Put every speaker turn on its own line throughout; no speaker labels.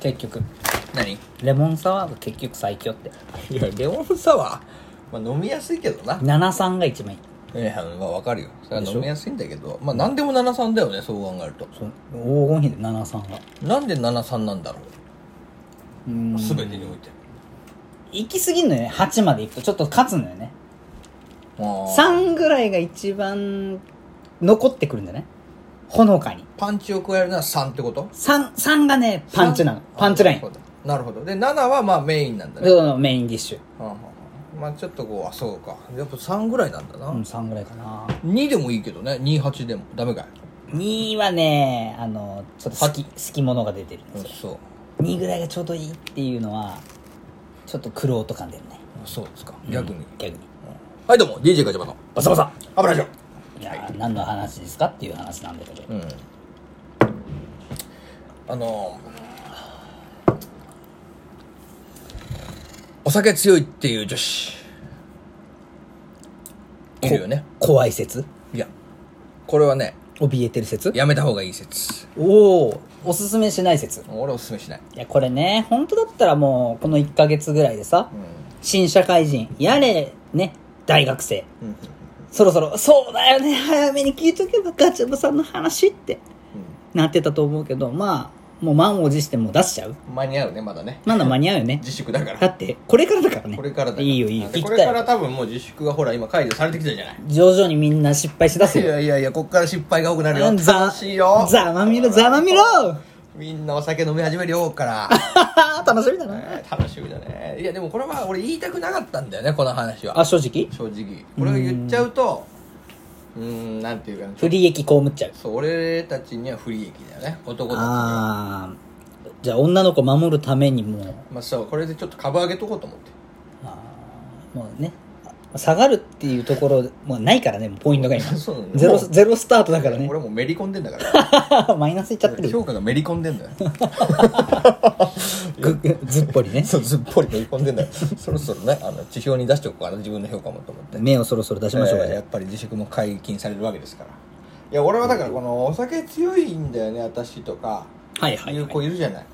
結局
何
レモンサワーが結局最強って
いやレモンサワー、まあ、飲みやすいけどな
73が一番いい
いやまあわかるよそれは
でしょ
飲みやすいんだけどまあ何でも73だよねそう考えると
そう黄金比で73が
なんで73なんだろ
うーん
う全てにおいて
行き過ぎんのよね8まで行くとちょっと勝つのよね
あー
3ぐらいが一番残ってくるんだねほのかに
パンチを加えるのは3ってこと
3三がねパンチなのパンチライン
あそうだなるほどで7はまあメインなんだね
そうメインディッシュ
はあはあまあちょっとこうあそうかやっぱ3ぐらいなんだな、
うん3ぐらいかな
2でもいいけどね28でもダメかい
2はねあのちょっと好き好きものが出てるんで
うん
すよ
そう
2ぐらいがちょうどいいっていうのはちょっと苦労と感出るね
そうですか逆に、
逆に
はいどうも DJ ガチャバの
バサバサ
アブラジオ
いや何の話ですかっていう話なんだけど
うんあのお酒強いっていう女子いるよね
怖い説
いやこれはね
怯えてる説
やめた方がいい説
おおおすすめしない説
俺おすすめしない
いやこれね本当だったらもうこの1ヶ月ぐらいでさ、新社会人やれね大学生、
ん
そろそろそうだよね早めに聞いとけばガチャバさんの話って、なってたと思うけどまあもう満を持してもう出しちゃう
間に合うねまだね
まだ間に合うよ ね
自粛だか
だ
ら
ってこれからだからね
これからだ
いいよいいよ
で
聞き
これ
た
から
い
多分もう自粛がほら今解除されてきたじゃない
徐々にみんな失敗しだす
い
よ
やいやいやこっから失敗が多くなるよ
うんざ
楽しいよ
ざまみろざまみろ
みんなお酒飲み始めるよこ っから
楽しみだな
えー楽しみだねいやでもこれは俺言いたくなかったんだよねこの話は
あ正直
正直これを言っちゃうとうーんなんていうかな
不利益被っちゃう
そう俺たちには不利益だよね男たちには
ああじゃあ女の子守るためにもう
まあそうこれでちょっと株上げとこうと思って
あーもうね下がるっていうところもうないからねもうポイントが今
そうなの
ゼロ
もう
ゼロスタートだからね
俺もうめり込んでんだ か
マイナスいっちゃって
ら
る
評価がめり込んでんだよ
ぐぐずっぽりね
そうすっぽりめり込んでんだよそろそろねあの地表に出しておこうかな自分の評価もと思って
目をそろそろ出しましょうか
えーやっ
ね
ぱり自粛も解禁されるわけですからいや俺はだからこのお酒強いんだよね私とか
はいはいいうはい
子いるじゃない、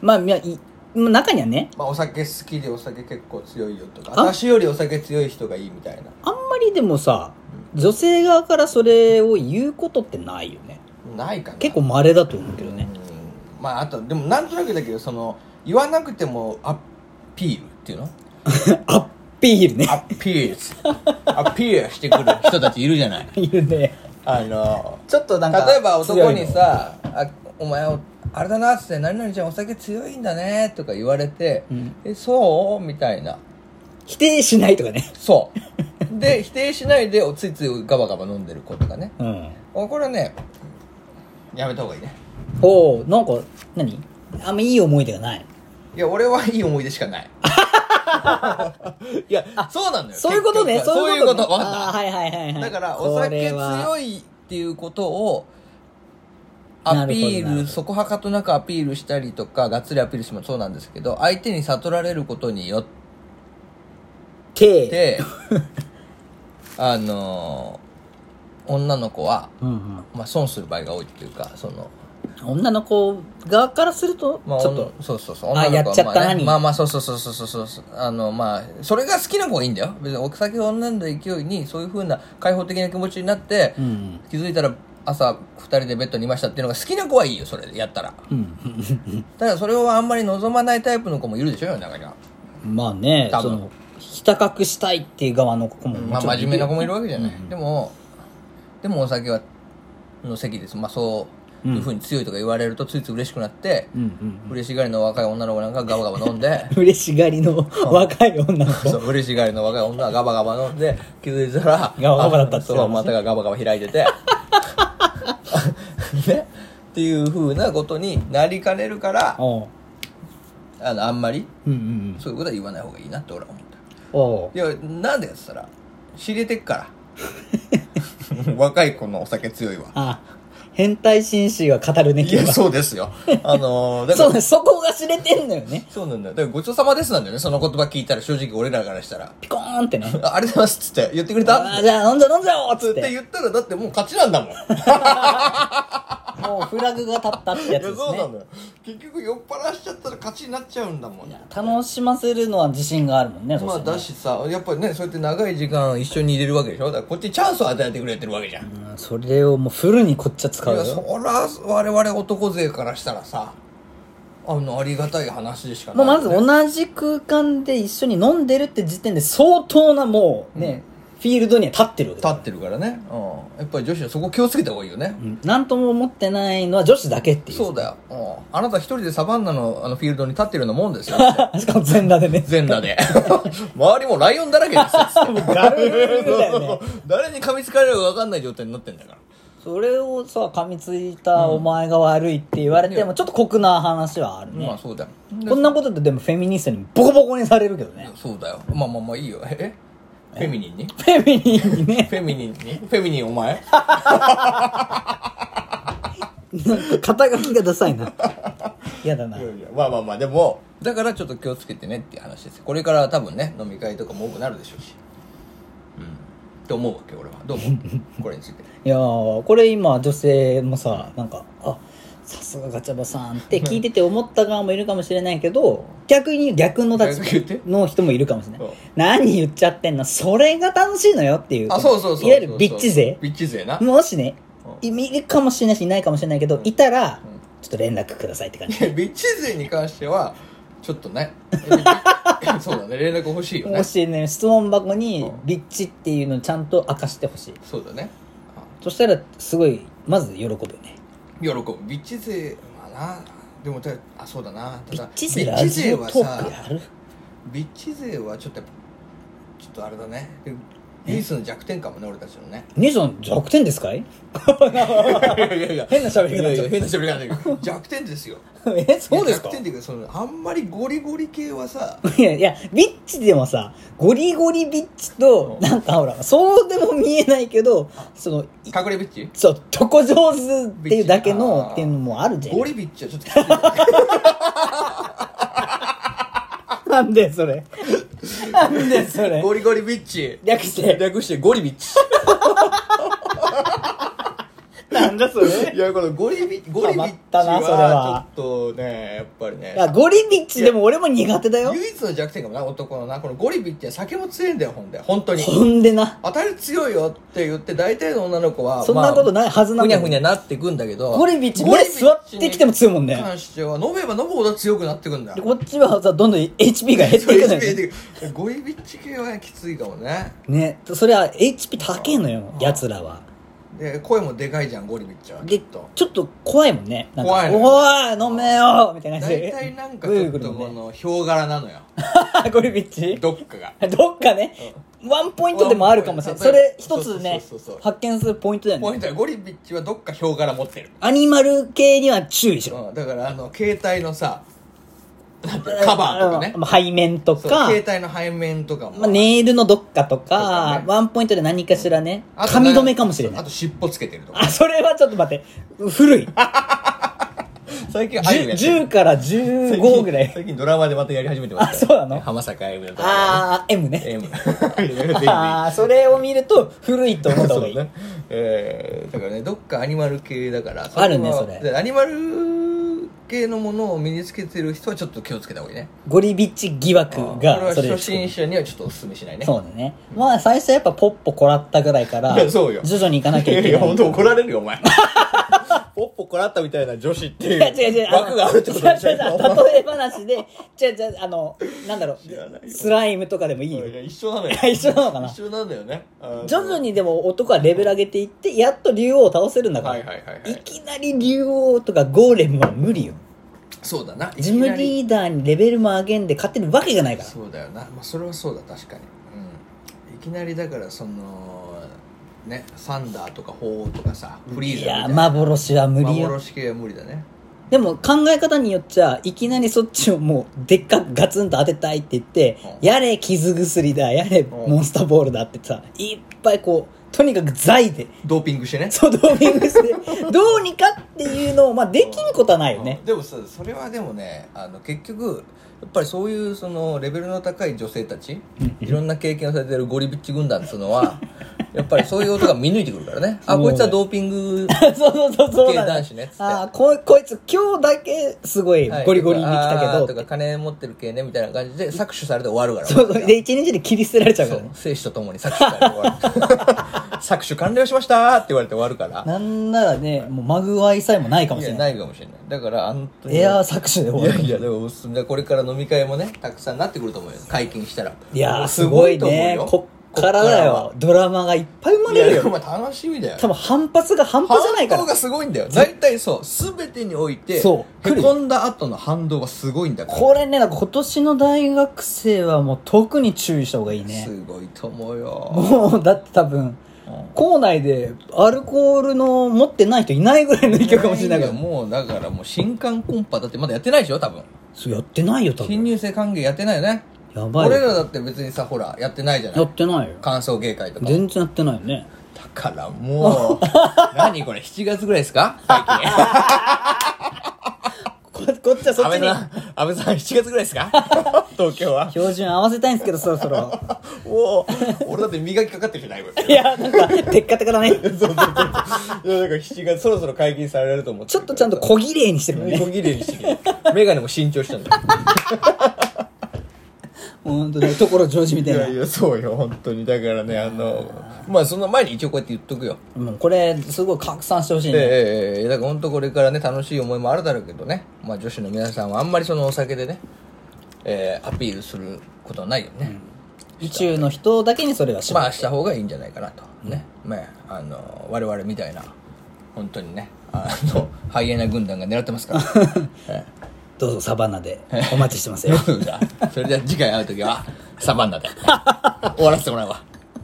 まあいやいまあ中にはね
まあ、お酒好きでお酒結構強いよとか
あ
私よりお酒強い人がいいみたいな
あんまりでもさ女性側からそれを言うことってないよね
ないかな
結構稀だと思うけどね
うんまああとでもなんとなくだけどその言わなくてもアピールっていうの
アッピールね
アピール アピールしてくる人たちいるじゃない
いるね
あの
ちょっとなんか
例えば男に
強いの
さ「あお前あれだな」っつって「何々ちゃんお酒強いんだね」とか言われて「
うん
えそう?」みたいな
否定しないとかね
そう で否定しないでおついついガバガバ飲んでる子とかね
うん
おこれはねやめた方がいいね
おおなんか何あんまいい思い出がない
いや俺はいい思い出しかない いやそうなんだよ
そういうことね
結局
そ
は
う
そう
い
いう
うこ
ことと
ね
わ
あー
か
はいはいはい
った
はい
だからお酒強
い
いっていうことを
な
ア
るほど
ピ
なるほ
ール
ど
そこはかとなくアピールしたりとかがっつりアピールしてもそうなんですけど相手に悟られることによっ
て
て てあのー女の子は、
うんうん
まあ、損する場合が多いっていうかその
女の子側からするとち
まあ、
ょっ
お
と
んそうそうそう
あ
女の子は
やっちゃったな
まあね
に
まあまあそうそうそうそうそうそうあのまあそれが好きな子がいいんだよ別にお酒を飲んだ勢いにそういうふうな開放的な気持ちになって、
うん
気づいたら朝2人でベッドにいましたっていうのが好きな子はいいよそれでやったら
うん
ただそれをあんまり望まないタイプの子もいるでしょ世の中には、
まあね
多
そ
分
のひた隠したいっていう側の子もも
まあ
ちろん
真面目な子もいるわけじゃな
う
い、
ん
でもでもお酒はの席ですまあそういうふうに強いとか言われるとついつい嬉しくなって、
うんうん
嬉しがりの若い女の子なんかガバガバ飲 んで
嬉しがりの若い女の子
そう嬉しがりの若い女はガバガバ飲んで気づいたら
ガバガバだったって
あそう股がガバガバ開いて てねっていうふうなことになりかねるから
おう
あのあんまり
うんうん
そういうことは言わない方がいいなって俺は思った
うんおう
いやなんでかっつったら知れてっから 若い子のお酒強いわ
あ変態紳士は語るね
いや
君は
そうですよあのーだか
そう
ら
ねそこが知れてんのよね
そうなんだよだからごちそうさまですなんだよねその言葉聞いたら正直俺らからしたら
ピコーンってね
あありがとうございますっつって言ってくれた
あーじゃあ飲んじゃおう飲んじゃおうっつ
つ
っ
って
て
言ったらだってもう勝ちなんだもん
もうフラグが立ったってやつですね
そうなんだよ結局酔っ払しちゃったら勝ちになっちゃうんだもん
楽しませるのは自信があるもんね
ま
そ
あ
したら
だ
ね
しさやっぱりねそうやって長い時間一緒に入れるわけでしょだからこっちチャンスを与えてくれてるわけじゃん、い
うんそれをもうフルにこっちは使う
や
よ
そら我々男勢からしたらさあのありがたい話でしかな
も
いう
まず同じ空間で一緒に飲んでるって時点で相当なもうね、フィールドには立ってるわけ
立
だ
ってるからね、うん、やっぱり女子はそこ気をつけた方がいいよね、
うんなんとも思ってないのは女子だけっていう
そうだよ、うん、あなた一人でサバンナのあのフィールドに立ってるようなもん ですよ
しかも全裸 でね
全裸で周りもライオンだらけですよつって
ガルルルだよね
誰に噛みつかれるか分かんない状態になってんだから
それをさ噛みついたお前が悪いって言われてもちょっと酷な話はあるね、
まあそうだよ
こんなことででもフェミニストにボコボコにされるけどね
そうだよまあまあまあいいよえフェミニンに
フェミニストにね
フェミニンにフェミニンお前
なんか肩書きがダサい な嫌だない
やいやまあまあまあでもだからちょっと気をつけてねっていう話ですよこれから多分ね飲み会とかも多くなるでしょうしうんって思うわけ俺はどう思 うこれについて
いやーこれ今女性もさなんかあさすがガチャバさんって聞いてて思った側もいるかもしれないけど逆に逆の立
逆言って
場の人もいるかもしれな
そう
い何言っちゃってんのそれが楽しいのよっていう
あそうそうそう
わゆるビッチ勢
ビッチ勢な
もしねいるかもしれないしいないかもしれないけどいたらちょっと連絡くださいって感じ
いやビッチ勢に関してはちょっ とねそうだね連絡欲しいよね
もしね質問箱に
うん
ビッチっていうのをちゃんと明かしてほしい
そうだねあ
そしたらすごいまず喜ぶよね
喜ぶビッチ勢はなでもたあそうだなた
ビ
だ
ッチ勢ラジオ
は
トーク
さ
やる
ビッチ勢はちょっとやっぱちょっとあれだね唯一の弱点かもね俺たちのね
兄さん弱点ですかい
いやいやいや
変な喋り
い
方に
やい
なっちゃ
や変な喋り方だけど 弱点ですよ
う えそうですか
いや弱点っていうかそのあんまりゴリゴリ系はさ
いやいやビッチでもさゴリゴリビッチとなんかほらそうでも見えないけどそのい
隠れビッチ
そうとこ上手っていうだけの
ビッチあー
っていうのもあるじゃ
ゴ
ん
リビッチはちょっときついよ
なんでそれなんでそ れ
ゴリゴリビッチ
略して
略してゴリビッチ
なんだそれ
いやこのゴリビゴリビッチ
ハマったなそれ
は
は
ちょっとねやっぱりね
いやゴリビッチでも俺も苦手だよ
唯一の弱点かもな男のなこのゴリビって酒も強いんだよほんで 本当に
ほんでな
当たり強いよって言って大体の女の子は
そんなことないはずなの
ふに
に
ゃふにゃなってくんだけど
ゴリビッチ
ゴ
目
リビッチ
座ってきても強いもん
に
ね
関しては飲めば飲むほど強くなってくんだ
で
よ
こっちはさどんどん HP が減っ
そ
てい
れ
くのよ
一面的ゴリビッチ系はきついかもね
ねそれは HP 高えのよやつらは
で声もでかいじゃんゴリビッチはき
で
っと
ちょっと怖いもんねなんか
怖いの
おい飲めよみたいな感じ
大
で
体なんかちょっ
ぐるぐる
と
も
こ
ね
のヒョウ柄なのよ
ゴリビッチ
どっかが
どっかねワンポイントでもあるかもしれない
ワ
そ
ンポイン
れ
ト
一つね
そうそうそうそう
発見するポイントだよ
ポイ
ね
ントはゴリビッチはどっかヒョウ柄持ってる
アニマル系には注意しろ
うん、だからあの携帯のさなんていうのカバーとかね
あのまあ背面と
そう
か
携帯の背面とかも、
まあ、ネイルのどっかと
か
か
ね
ワンポイントで何かしらね
あと
髪留めかもしれな
あ
い
と尻尾つけてるとか
あそれはちょっと待って古い
最近あゆみやってる
10から15ぐらい
最近ドラマでまたやり始めてます
あそうなの
浜坂あゆみのドラマ
あー M ね
M ぜひぜひ
ああそれを見ると古いと思った方がいい、
そうね えーだからねどっかアニマル系だから
あるね
は
それ
でアニマル系のものを身につけてる人はちょっと気をつけた方がいいね
ゴリビッチ疑惑が
こ
そ
れ
れ
は
です
初心者にはちょっとおすすめしないね
そうだねまあ最初やっぱポッポこらったぐらいから
いやそうよ
徐々に行かなきゃいけない
いや、本当怒られるよ、お 前。ポッポこらったみたいな女子ってい
いや違う違う
う、枠があるってことでしょ
違う違う 例え話で違う違うあのなんだろ
らないう
スライムとかでもいいよ
いや一緒なのよ。
一緒なのかな
一緒なんだよね。あー
徐々にでも男はレベル上げていってやっと竜王を倒せるんだから、
はいはいはいはい
いきなり竜王とかゴーレムは無理よ
そうだな。
ジム
いきなり
リーダーにレベルも上げんで勝てるわけがないから
そうだよな。まあ、それはそうだ、確かに。うん。いきなりだから、その、ね、サンダーとか鳳凰とかさ、フリ
い
ーザーみ
や
たいな。
幻は無理よ
幻系は無理だね。
でも考え方によっちゃいきなりそっちをもうでっかくガツンと当てたいって言って、
うん
やれ傷薬だやれモンスターボールだってさいっぱいこうとにかく財で
ドーピングしてね
そうドーピング してどうにかっていうのを、まあ、できんことはないよね
うんでもさそれはでもねあの結局やっぱりそういうそのレベルの高い女性たちいろんな経験をされてるゴリビッチ軍団っていう のはやっぱりそういう音が見抜いてくるからねあ
そう
こいつはドーピング
そうそうそうそう
系
なんだ
男子ねっつって
あーここいつ今日だけすごい
はい
ゴリゴリに来たけ
あ
ど
ーとか金持ってる系ねみたいな感じで搾取されて終わるから
そうそうで一日で切り捨てられちゃうからね
生死とともに搾取されて終わる 搾取完了しましたって言われて終わるから
なんならねもうまぐわいさえもないかも
い
し
や
れない
ないかもしれないだからあの時
エアー搾取で
い
終わ
や
る
いやでもおすすめだこれから飲み会もねたくさんなってくると思うよ解禁したら
いやーすごい
と思う
ね
よ
こっからだよドラマがいっぱい生
こ
ま
っから
れ
は
る
いやで
よ
も楽しみだよ
多分反発が半端じゃない
反
から
動がすごいんだよ大体そう全てにおいて
そう来る
へこんだ後の反動がすごいんだから
これねなんか今年の大学生はもう特に注意した方がいいね
すごいと思うよ
もうだって多分校内でアルコールの持ってない人いないぐらいの勢いかもしれないから
やもうだからもう新刊コンパだってまだやってないでしょ多分
そうやってないよ多
新
分
入生歓迎やってないよね
やばい
俺ら
よ
だって別にさほらやってないじゃな
や
い
ってないよ
歓送迎会とかも
全然やってないよね
だから もう何これ7月ぐらいですか最近
ここっちは そっちに
安倍さん、安倍さん、7月ぐらいで すか東京は。
標準合わせたいんですけどそろそろ
おお、俺だって磨きかかってるじゃないこれ。
いやなんかテッカテカだね
そうそうそう。いや、だから7月、そろそろ解禁されると思って
ちょっとちゃんと小綺麗にしてるも んね
小切れにしてきて。メガネも新調したんだよ。
ほんとね所ジョージみ
い
たいな
やいや、そうよ、本当に。だからね、あの、まあ、その前に一応こうやって言っとくよ。
もうこれすごい拡散してほしい
ええ
ね
ええええだから本当これからね、楽しい思いもあるだろうけどね。まあ、女子の皆さんはあんまりそのお酒でね、ええアピールすることはないよね。
宇宙の人だけにそれはし
ま
ま
あした方がいいんじゃないかなとね、まああの我々みたいな本当にねあの ハイエナ軍団が狙ってます からはい
どうぞサバナで お待ちしてますよ
それでは次回会う時はサバンナで終わらせてもらうわ